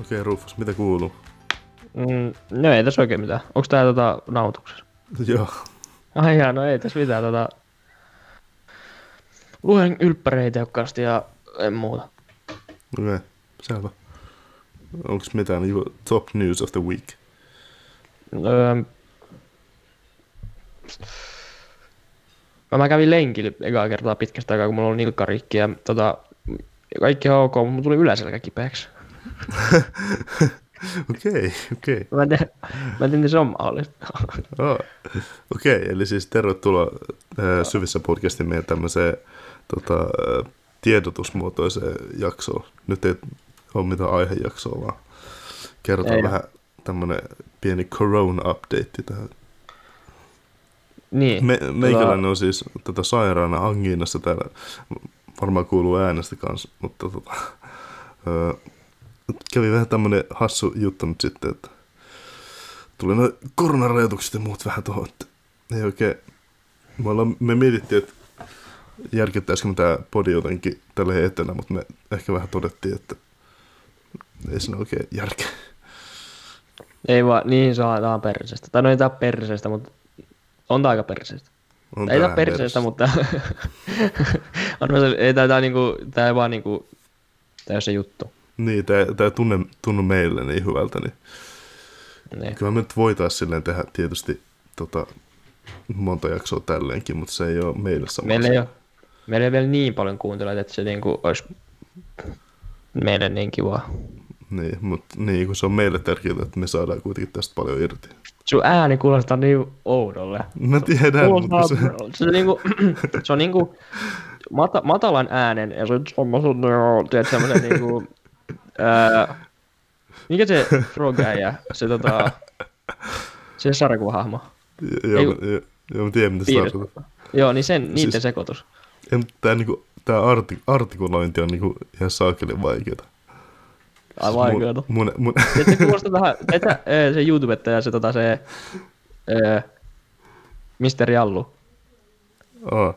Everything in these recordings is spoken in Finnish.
Okei, okay, Rufus, mitä kuuluu? Mm, no ei tässä oikein mitään. Onko tää tota nautuksessa? Joo. Ai jaa, no ei tässä mitään tota... Luen ylppäreitä tehokkaasti ja en muuta. Okei, okay, selvä. Onks mitään niinku top news of the week? Öö, mä, mä kävin lenkillä ekaa kertaa pitkästä aikaa, kun mulla oli nilkkarikki ja tota, kaikki on ok, mutta mulla tuli yläselkä kipeäksi. Okei, okei. Mä en tiedä, mä en tiedä, se on mahdollista. Aa, Ah. Okei, eli siis tervetuloa äh, Syvissä podcastin meidän tämmöiseen tota, äh, tiedotusmuotoiseen jaksoon. Nyt ei ole mitään aihejaksoa, vaan kerrotaan Ei. vähän tämmöinen pieni corona-update tähän. niin. Me, meikäläinen on siis tätä sairaana angiinassa täällä, varmaan kuuluu äänestä kanssa, mutta tota, ö, kävi vähän tämmönen hassu juttu nyt sitten, että tuli noin koronarajoitukset ja muut vähän tuohon, että ei oikein, me, ollaan, me mietittiin, että järkyttäisikö me tämä podi jotenkin tälle etenä, mutta me ehkä vähän todettiin, että ei siinä oikein järkeä. Ei vaan, niin saa, tää on perseestä. Tai no ei tää ole perseestä, mutta on tää aika perseestä. On Ei tää vähän ole perseestä, perus. mutta on se, ei tää, tää, niinku, tää ei vaan niinku, tää ei oo se juttu. Niin, tämä tunne, tunnu meille niin hyvältä, niin Niin. Kyllä me nyt voitaisiin silleen tehdä tietysti tota, monta jaksoa tälleenkin, mutta se ei ole meille sama. Meillä ei, asia. ole, meillä ei ole vielä niin paljon kuuntelijoita, että se niinku olisi meille niin kivaa. Niin, mutta niin, kun se on meille tärkeää, että me saadaan kuitenkin tästä paljon irti. Sun ääni kuulostaa niin oudolle. Mä tiedän, mutta kun se, Kuulostaa- se, niinku, se on niinku mata, matalan äänen ja se on semmoisen, tiedät semmoisen niinku, ää, mikä se frog ja se tota, se sarjakuvahahmo. joo, ei- mä- joo, joo, mä tiedän, mitä se Piirros. tarkoittaa. Joo, niin sen, niiden Siis- sekoitus. Ei, mutta Tää, niinku, tää arti, artikulointi on niinku ihan saakeli vaikeeta. Ai vaikeeta. Mun, mun, mun, Ja se kuulostaa vähän, että se YouTubettaja, se tota se, ää, Mr. Jallu. oh,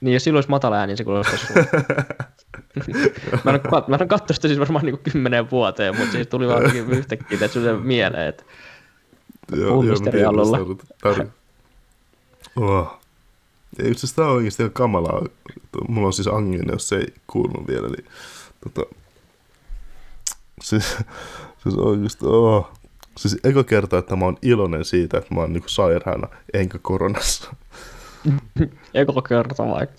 Niin jos silloin olisi matala ääni, se kuulostaisi sulle. mä en, oo- mä en katso sitä siis varmaan niinku kymmenen vuoteen, mutta siis tuli vaan jotenkin yhtäkkiä että se mieleen, että joo, Puhun joo, mä Mr. tiedän, mitä Jallulla. se tarkoittaa. Oh. Ei, itse asiassa tää on oikeesti ihan kamalaa. Mulla on siis angina, jos se ei kuulunut vielä, niin tota, siis, siis oikeesti, oh. Siis eka kerta, että mä oon iloinen siitä, että mä oon niinku sairaana, enkä koronassa. eka kerta vaikka.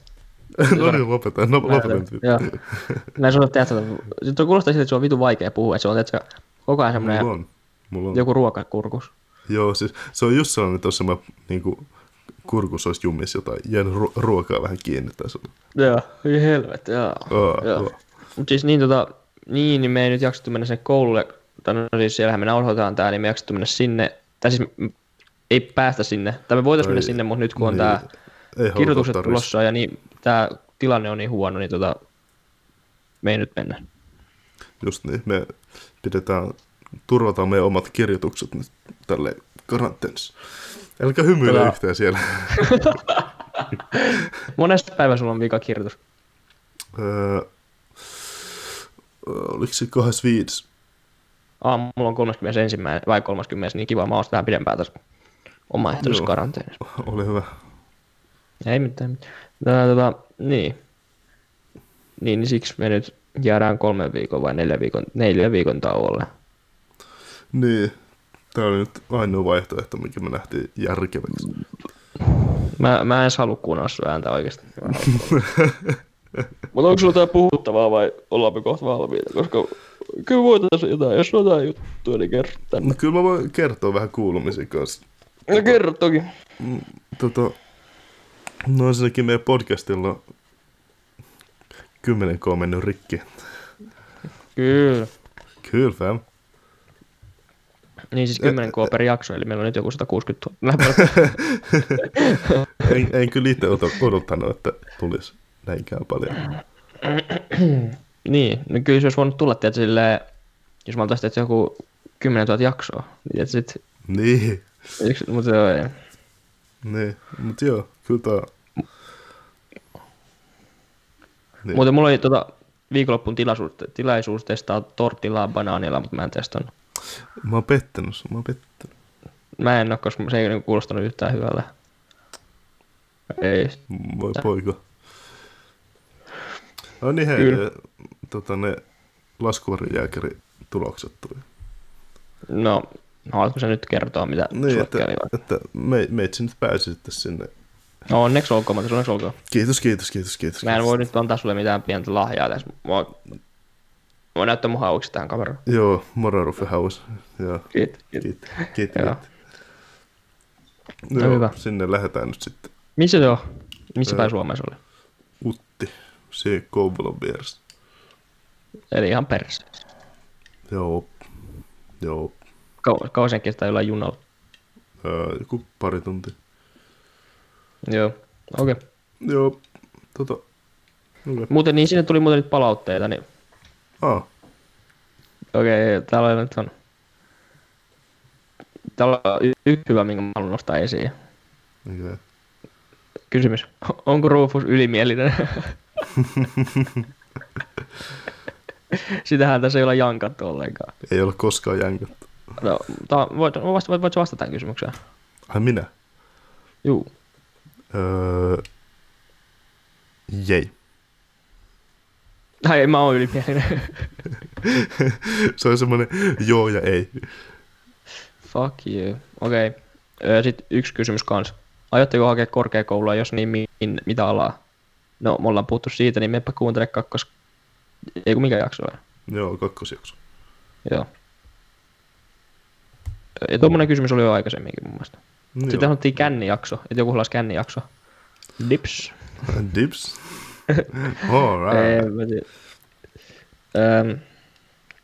no niin, lopeta, no lopeta nyt. Joo. Mä en sano tehdä tätä. Sitten kuulostaa siltä, että se on vitu vaikea puhua, että se on että koko ajan semmoinen Mulla on, mulla on. joku ruokakurkus. Joo, siis se on just sellainen, että jos mä niinku, kurkus olisi jumis jotain, jäänyt ruo- ruokaa vähän kiinni tai sun. Joo, hyi helvetti, joo. Oh, Joo. oh. Mut siis niin tota, niin, niin me ei nyt jaksettu mennä sinne koululle, tai no siis siellähän me nauhoitetaan tää, niin me ei jaksettu mennä sinne, tai siis m- ei päästä sinne, tai me voitais Ai, mennä sinne, mutta nyt kun on niin, tää ei kirjoitukset haluta tarvista. tulossa ja niin tää tilanne on niin huono, niin tota, me ei nyt mennä. Just niin, me pidetään, turvataan meidän omat kirjoitukset nyt tälle karanteenissa. Älkää hymyile Tota- yhtään siellä. Monesta päivä sulla on vika kirjoitus. Öö, oliko se 25? Aamulla on 31. vai 30. niin kiva, mä oon vähän pidempään tässä omaehtoisessa Joo. karanteenissa. Ole hyvä. Ei mitään. mitään. Tää, tota, niin. niin. Niin siksi me nyt jäädään kolmen viikon vai neljän viikon, neljän viikon tauolle. Niin, tää oli nyt ainoa vaihtoehto, mikä me nähtiin järkeväksi. Mä, mä en edes halua kuunnella sun ääntä oikeesti. Mutta onko sulla jotain puhuttavaa vai ollaanko kohta valmiita? Koska kyllä voitaisiin jotain, jos on jotain juttuja, niin kerro tänne. No, kyllä mä voin kertoa vähän kuulumisen kanssa. No kerro toki. Tota, no ensinnäkin meidän podcastilla on kymmenen on mennyt rikki. Kyllä. Kyllä, fam. Niin siis 10 k per jakso, eli meillä on nyt joku 160 000. läpärä. En, en kyllä itse ota- odottanut, että tulisi näinkään paljon. niin, no kyllä se olisi voinut tulla, tiedätkö, silleen, jos mä oltaisin tehty joku 10 000 jaksoa, niin tiedätkö, sit Niin, Yksi, mutta joo, ei. niin. Mutta joo, kyllä tää... Niin. Muuten mulla oli tota, viikonloppun tilaisuus, tilaisuus testaa tortillaa banaanilla, mutta mä en testannut. Mä oon pettänyt sun, mä oon pettänyt. Mä en ole, koska se ei niinku kuulostanut yhtään hyvältä. Ei. Voi poika. No niin hei, Kyllä. tota, ne laskuvarijääkäri tulokset tuli. No, haluatko sä nyt kertoa, mitä Niin, sulle että, kävi? vai? että me, meitsi nyt pääsi sitten sinne. No onneksi olkoon, mutta onneksi olkoon. Kiitos, kiitos, kiitos, kiitos. Mä en kiitos. voi nyt antaa sulle mitään pientä lahjaa tässä. Mä voin näyttää mun hauiksi tähän kameraan. Joo, Morarufe House. Joo, Kiitos. Kiitos. kiitti, kiitti, Joo. kiitti. No Joo, hyvä. sinne lähdetään nyt sitten. Missä se on? Missä Ö. päin Suomea se oli? Utti, siihen Kouvolan vieressä. Eli ihan perse. Joo, joo. Kau- Kausen kestää jollain junalla. Öö, joku pari tuntia. Joo, okei. Okay. Joo, tota. Okay. Muuten niin sinne tuli muuten nyt palautteita, niin Ah, okei, okay, täällä nyt on... Täällä on y- yksi hyvä, minkä mä haluan nostaa esiin. okay. Kysymys. Onko Rufus ylimielinen? Sitähän tässä ei ole jankattu ollenkaan. Ei ole koskaan jänkätty. No, tää, voit, voit, voit, voit sä vastata tähän kysymykseen? Ai minä? Juu. Öö, jei. Ai, en mä oon ylimielinen. Se on semmonen joo ja ei. Fuck you. Okei. Okay. Sitten yksi kysymys kanssa. Aiotteko hakea korkeakoulua, jos niin, mihin, mitä alaa? No, me ollaan puhuttu siitä, niin meppä kuuntele kakkos... Ei kun mikä jakso on. Joo, kakkosjakso. Joo. Ja tuommoinen kysymys oli jo aikaisemminkin mun mielestä. Niin Sitten sanottiin kännijakso, että joku haluaisi kännijakso. Dips. joo. Dips. Alright. Ei, mä tiedä. Öm,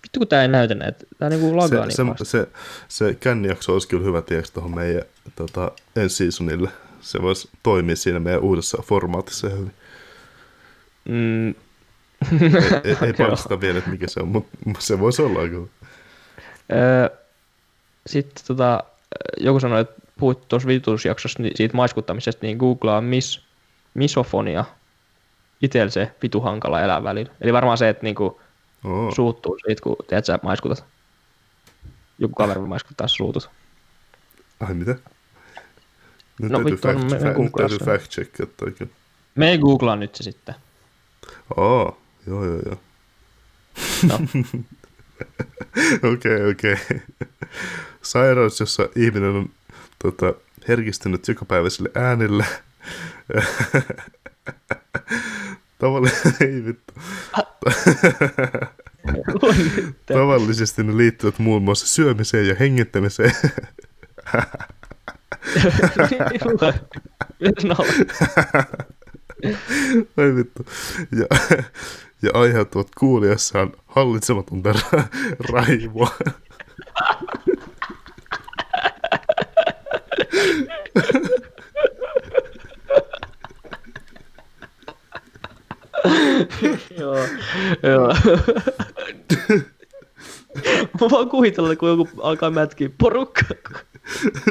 Vittu kun tää ei näytä näitä. Tää niinku Se, lagaa niin se, pahasti. se, se kännijakso olisi kyllä hyvä tieksi tuohon meidän tota, ensi seasonille. Se voisi toimia siinä meidän uudessa formaatissa ihan hyvin. Mm, Ei, ei, ei paljasta vielä, että mikä se on, mutta se voisi olla aika hyvä. Öö, Sitten tota, joku sanoi, että puhut tuossa vitusjaksossa niin siitä maiskuttamisesta, niin googlaa mis, misofonia. Itel se vitu hankala elää välillä. Eli varmaan se, että niinku Oo. suuttuu siitä, kun teet sä maiskutat. Joku kaveri maiskuttaa sä suutut. Ai mitä? Nyt No no, täytyy vittu, on fact, me- me fa- nyt googlaa täytyy se. fact check, että oikein. Me ei googlaa nyt se sitten. Oo, joo joo joo. No. Okei, okei. Sairaus, jossa ihminen on tota, herkistynyt jokapäiväisille äänille. Tavallisesti, ei vittu. Tavallisesti ne liittyvät muun muassa syömiseen ja hengittämiseen. no. Ai vittu. Ja, ja aiheuttavat kuulijassaan hallitsematonta ra- raivoa. Joo. Joo. Mä vaan kuvitella, kun joku alkaa mätkiä porukka.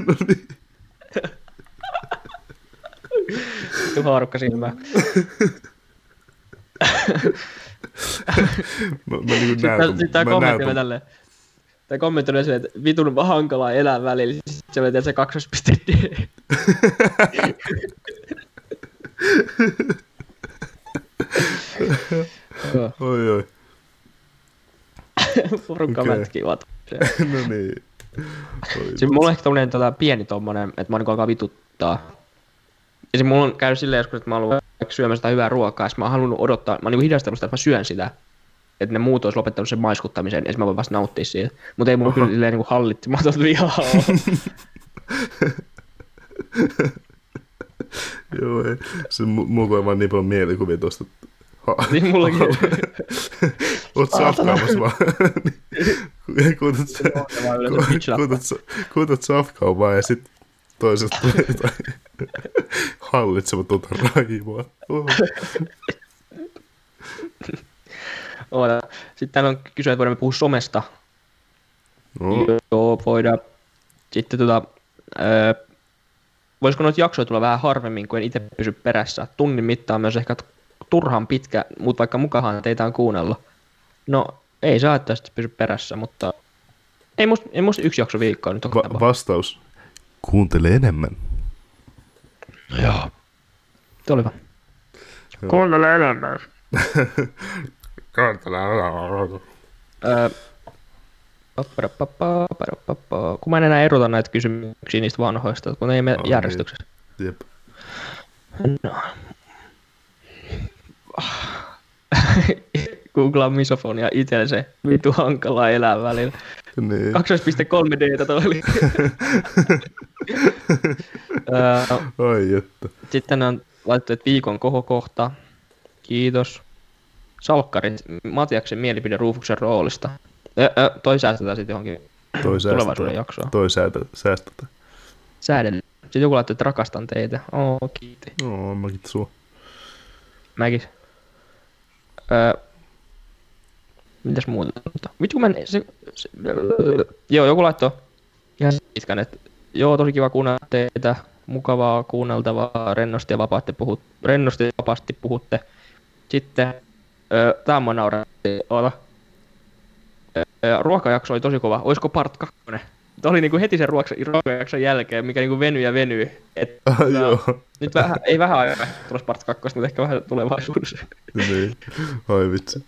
no niin. Joku haarukka silmää. Mä, mä niin Sitten näen, tää, sit tää mä näen, kommentti oli ton- tälleen. Tää kommentti oli se, että vitun vaan hankalaa elää välillä. Sitten se vetää se kaksospiste. Joo, Oi, oi. Porukka Okei. okay. mätkii vaan. tollasia. No niin. Oi, Siis mulla on ehkä tommonen tota, pieni tommonen, että mä niinku alkaa vituttaa. Ja se mulla on käynyt silleen joskus, että mä oon ollut vaikka syömässä sitä hyvää ruokaa, ja sit mä oon halunnut odottaa, mä oon niinku hidastanut sitä, että mä syön sitä. Että ne muut olisi lopettanut sen maiskuttamisen, ja sit mä voin vasta nauttia siitä. Mutta ei mulla kyllä silleen niinku hallitsematon vihaa oo. Joo, ei. Se mu- mulla tulee vaan niin paljon mielikuvia tosta. Ha- Niin mullakin. Oot safkaamassa vaan. Niin. Kuutat sä, Joo, ja mä yleensä bitch-nappaa. kuutat sä, kuutat safkaa vaan ja sit toisesta tulee jotain hallitsematonta raivoa. Oh. Oota. Sitten täällä on kysyä, että voidaanko puhua somesta. No, Joo, voidaan. Sitten tota, öö, voisiko noita jaksoja tulla vähän harvemmin, kun en itse pysy perässä. Tunnin mittaan myös ehkä turhan pitkä, mutta vaikka mukahan teitä on kuunnella. No, ei saa tästä pysy perässä, mutta ei musta, ei musta yksi jakso viikkoa nyt ole Va- vastaus. Kuuntele enemmän. Joo. Tuo oli hyvä. Kuuntele enemmän. Öö, paparapapa, paparapapa. kun mä en enää erota näitä kysymyksiä niistä vanhoista, kun ne ei mene Ai. järjestyksessä. Jep. No. niin. Googlaa misofonia itselle se vitu hankalaa elää välillä. Niin. 2.3D tätä oli. Öö, Ai että. Sitten on laitettu, että viikon kohokohta. Kiitos. Salkkarit Matiaksen mielipide Ruufuksen roolista. Ö, ö, toi säästetään sitten johonkin Toi tulevaisuuden säästetään. jaksoon. Toi säätä- säästetään. Säädellä. Sitten joku laittoi, että rakastan teitä. Oo, kiitti. No, mäkin sua. Mäkin. Ö, Öö, mitäs muuta? Vittu kun mä en, se, se, Joo, joku laittoi ihan pitkän, että joo, tosi kiva kuunnella teitä. Mukavaa kuunneltavaa, rennosti ja vapaasti, puhut, rennosti ja vapaasti puhutte. Sitten, ö, tää mä nauran, oota. Ö, ruokajakso oli tosi kova. Oisko part 2? Tämä oli niinku heti sen ruoks- ruokajakson jälkeen, mikä niinku venyy ja venyy. Et, Ah, joo. nyt vähän, ei vähän aikaa tulossa part 2, mutta ehkä vähän tulevaisuudessa. Niin. Ai vitsi.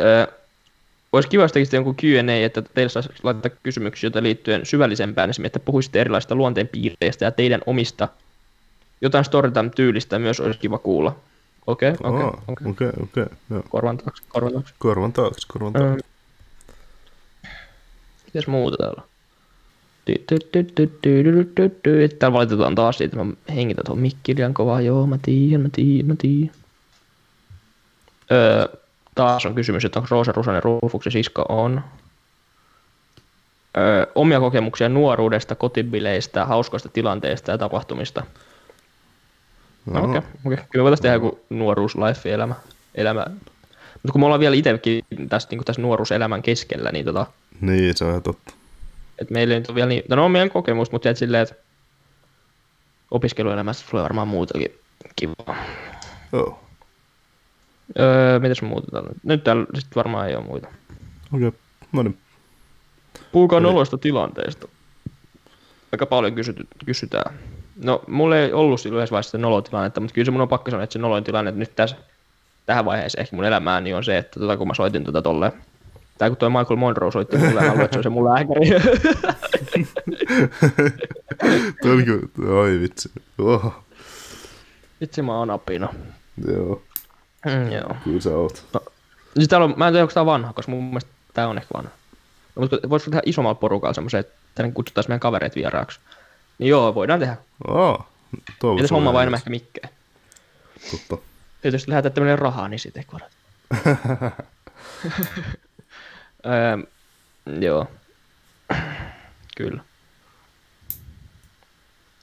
Öö, olisi kiva, jos tekisit jonkun Q&A, että teille saisi laittaa kysymyksiä, joita liittyen syvällisempään, esimerkiksi, että puhuisitte erilaisista luonteenpiirteistä ja teidän omista. Jotain Storytime-tyylistä myös olisi kiva kuulla. Okei, okay, okei, okay, Aa, okei. Okay. Okei, okei. joo. Korvan taakse, korvan taakse. Korvan taakse, korvan Öö, taakse. mitäs muuta täällä on? Ty- ty- ty- ty- ty- ty- ty- ty- ty. Täällä valitetaan taas siitä, että mä hengitän tuon mikki liian kovaa. Joo, mä tiiän, mä tiiän, mä tiiän. Öö, taas on kysymys, että onko Roosa Rusanen Ruufuksen sisko on. Öö, omia kokemuksia nuoruudesta, kotibileistä, hauskoista tilanteista ja tapahtumista. No, okei, okay, okay. kyllä me voitaisiin tehdä joku nuoruus, life, elämä, elämä. Mutta kun me ollaan vielä itsekin tässä, niin tässä nuoruuselämän keskellä, niin tota, Niin, se on ihan totta. et meillä ei nyt ole vielä niin, no, no on meidän kokemus, mutta silleen, että opiskeluelämässä tulee varmaan muutakin kivaa. Joo. Öö, mitäs muuta täällä? on? Nyt täällä sitten varmaan ei ole muita. Okei, no niin. Puhukaa noloista tilanteista. Aika paljon kysyty, kysytään. No, mulla ei ollut silloin yhdessä vaiheessa sitä nolotilannetta, mutta kyllä se mun on pakko sanoa, että se noloin tilanne että nyt tässä, tähän vaiheeseen ehkä mun elämään niin on se, että tota, kun mä soitin tota tolleen, tai kun toi Michael Monroe soitti mulle, mä luulen, että se on se mun lääkäri. Tuo oli kyllä, ai vitsi. Oho. Vitsi mä oon apina. Joo, Mm, joo. kyllä sä oot. Siis täällä on, mä en tiedä, onko tää vanha, koska mun mielestä tää on ehkä vanha. No, mutta voisiko tehdä isommalla porukalla semmoisen, että tänne kutsutaan meidän kavereet vieraaksi. Niin joo, voidaan tehdä. Aa, tuo Ei tässä homma vain enemmän ehkä mikkeen. Totta. Tietysti lähetät tämmönen rahaa, niin sitten ei öö, joo. Kyllä.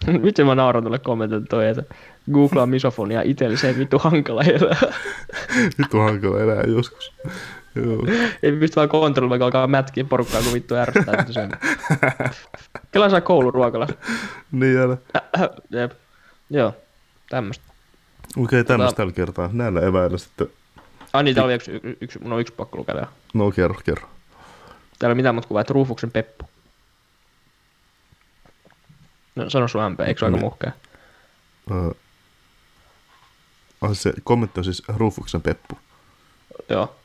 Miten mä nauran tuolle kommentoille toi, että googlaa misofonia itselleen vittu hankala elää. Vittu hankala elää joskus. Joo. Ei pysty vaan kontrolloimaan, kun alkaa mätkiä porukkaa, kun vittu ärsyttää. että se on. Kela saa kouluruokalla. Äh, Niin älä. Jep. Joo, tämmöstä. Okei, tämmöistä tällä kertaa. Näillä eväillä sitten. Ai niin, täällä oli yksi, y- yksi, mun on yksi pakko lukea vielä. No kerro, kerro. Täällä ei ole mitään muuta kuin vaan, että Ruufuksen Peppu. No sano sun MP, eikö se ole aika Niin. muhkea? Öö. ai se kommentti on siis Rufuksen Peppu. Joo.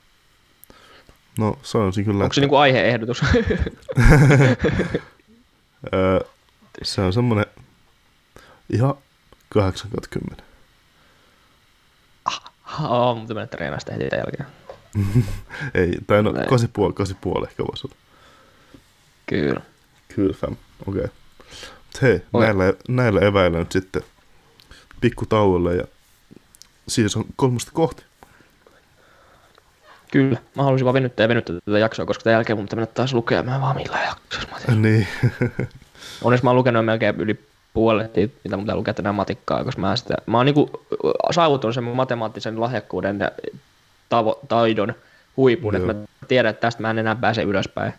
No sanoisin kyllä, Onko se niinku aiheehdotus? että öö, se on semmonen ihan 80. Aa, mutta mennä treenaa sitä heti tämän jälkeen. Ei, tai no Näin. 8,5, 8,5 ehkä voisi olla. Kyllä. Kyllä fam, okei. Mut Hei, Oi. näillä, näillä eväillä nyt sitten pikku tauolle ja siis on kolmosta kohti. Kyllä. Mä halusin vaan venyttää ja venyttää tätä jaksoa, koska tämän jälkeen mun pitää mennä taas lukemaan vaan millään jaksossa. Mä Niin, Onneksi mä oon lukenut melkein yli puolet siitä, mitä mun pitää lukea tänään matikkaa, koska mä, en sitä, mä oon niinku saavuttanut sen mun matemaattisen lahjakkuuden ja tavo, taidon huipun, että Joo. mä tiedän, että tästä mä en enää pääse ylöspäin.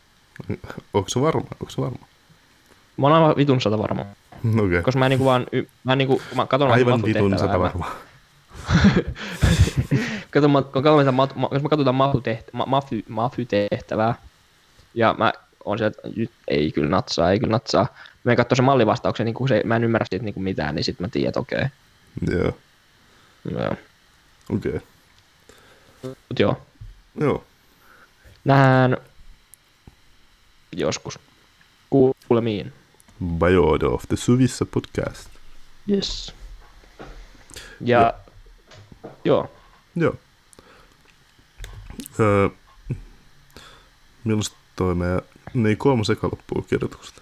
onko se varma, onko se varma? Mm, Mä oon aivan vitun sata varma, Okei, okay. koska mä en niinku vaan, y- mä en niinku, kun mä katon aivan vitun sata varma. kato, mä, kun katsotaan, mat, ma, jos mä katsotaan mafytehtä, ma, mafy, mafytehtävää, ja mä on se, että nyt ei kyllä natsaa, ei kyllä natsaa. Mä en katso sen mallivastauksen, niin kun se, mä en ymmärrä siitä niin kuin mitään, niin sitten mä tiedän, että okei. Joo, Okay. Joo. okei. Mut joo, Joo, nähdään joskus. Kuulemiin. Bajodo of the Syvissä podcast. Yes. Ja, ja. joo, Joo. Öö, milloin toi meidän, niin kolmas eka loppuu kirjoituksesta.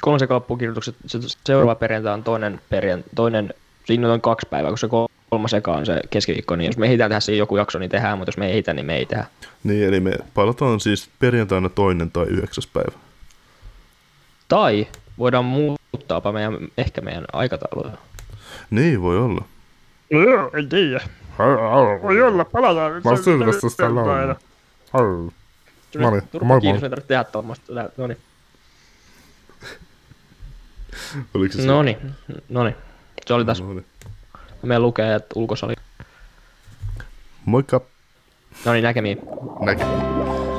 kolmasen kappukirjoitukset, se, seuraava perjantai on toinen perjantai, toinen, siinä on kaksi päivää, kun se kolmas eka on se keskiviikko, niin jos me ehditään tehdä siihen joku jakso, niin tehdään, mutta jos me ei ehitä, niin me ei tehdä. Niin, eli me palataan siis perjantaina toinen tai yhdeksäs päivä. Tai voidaan muuttaapa meidän, ehkä meidän aikataulua. Niin voi olla. Joo, en tiedä. Voi olla, palataan nyt. Mä oon Sylvester Stallone. Arr. Mä olin- mä olin- Kiitos, me tarvitse tehdä tuommoista. No niin. Oliko se No niin, no niin. Se oli tässä. No niin. Me lukee, että ulkosali. Moikka. No niin, näkemiin. Näkemiin.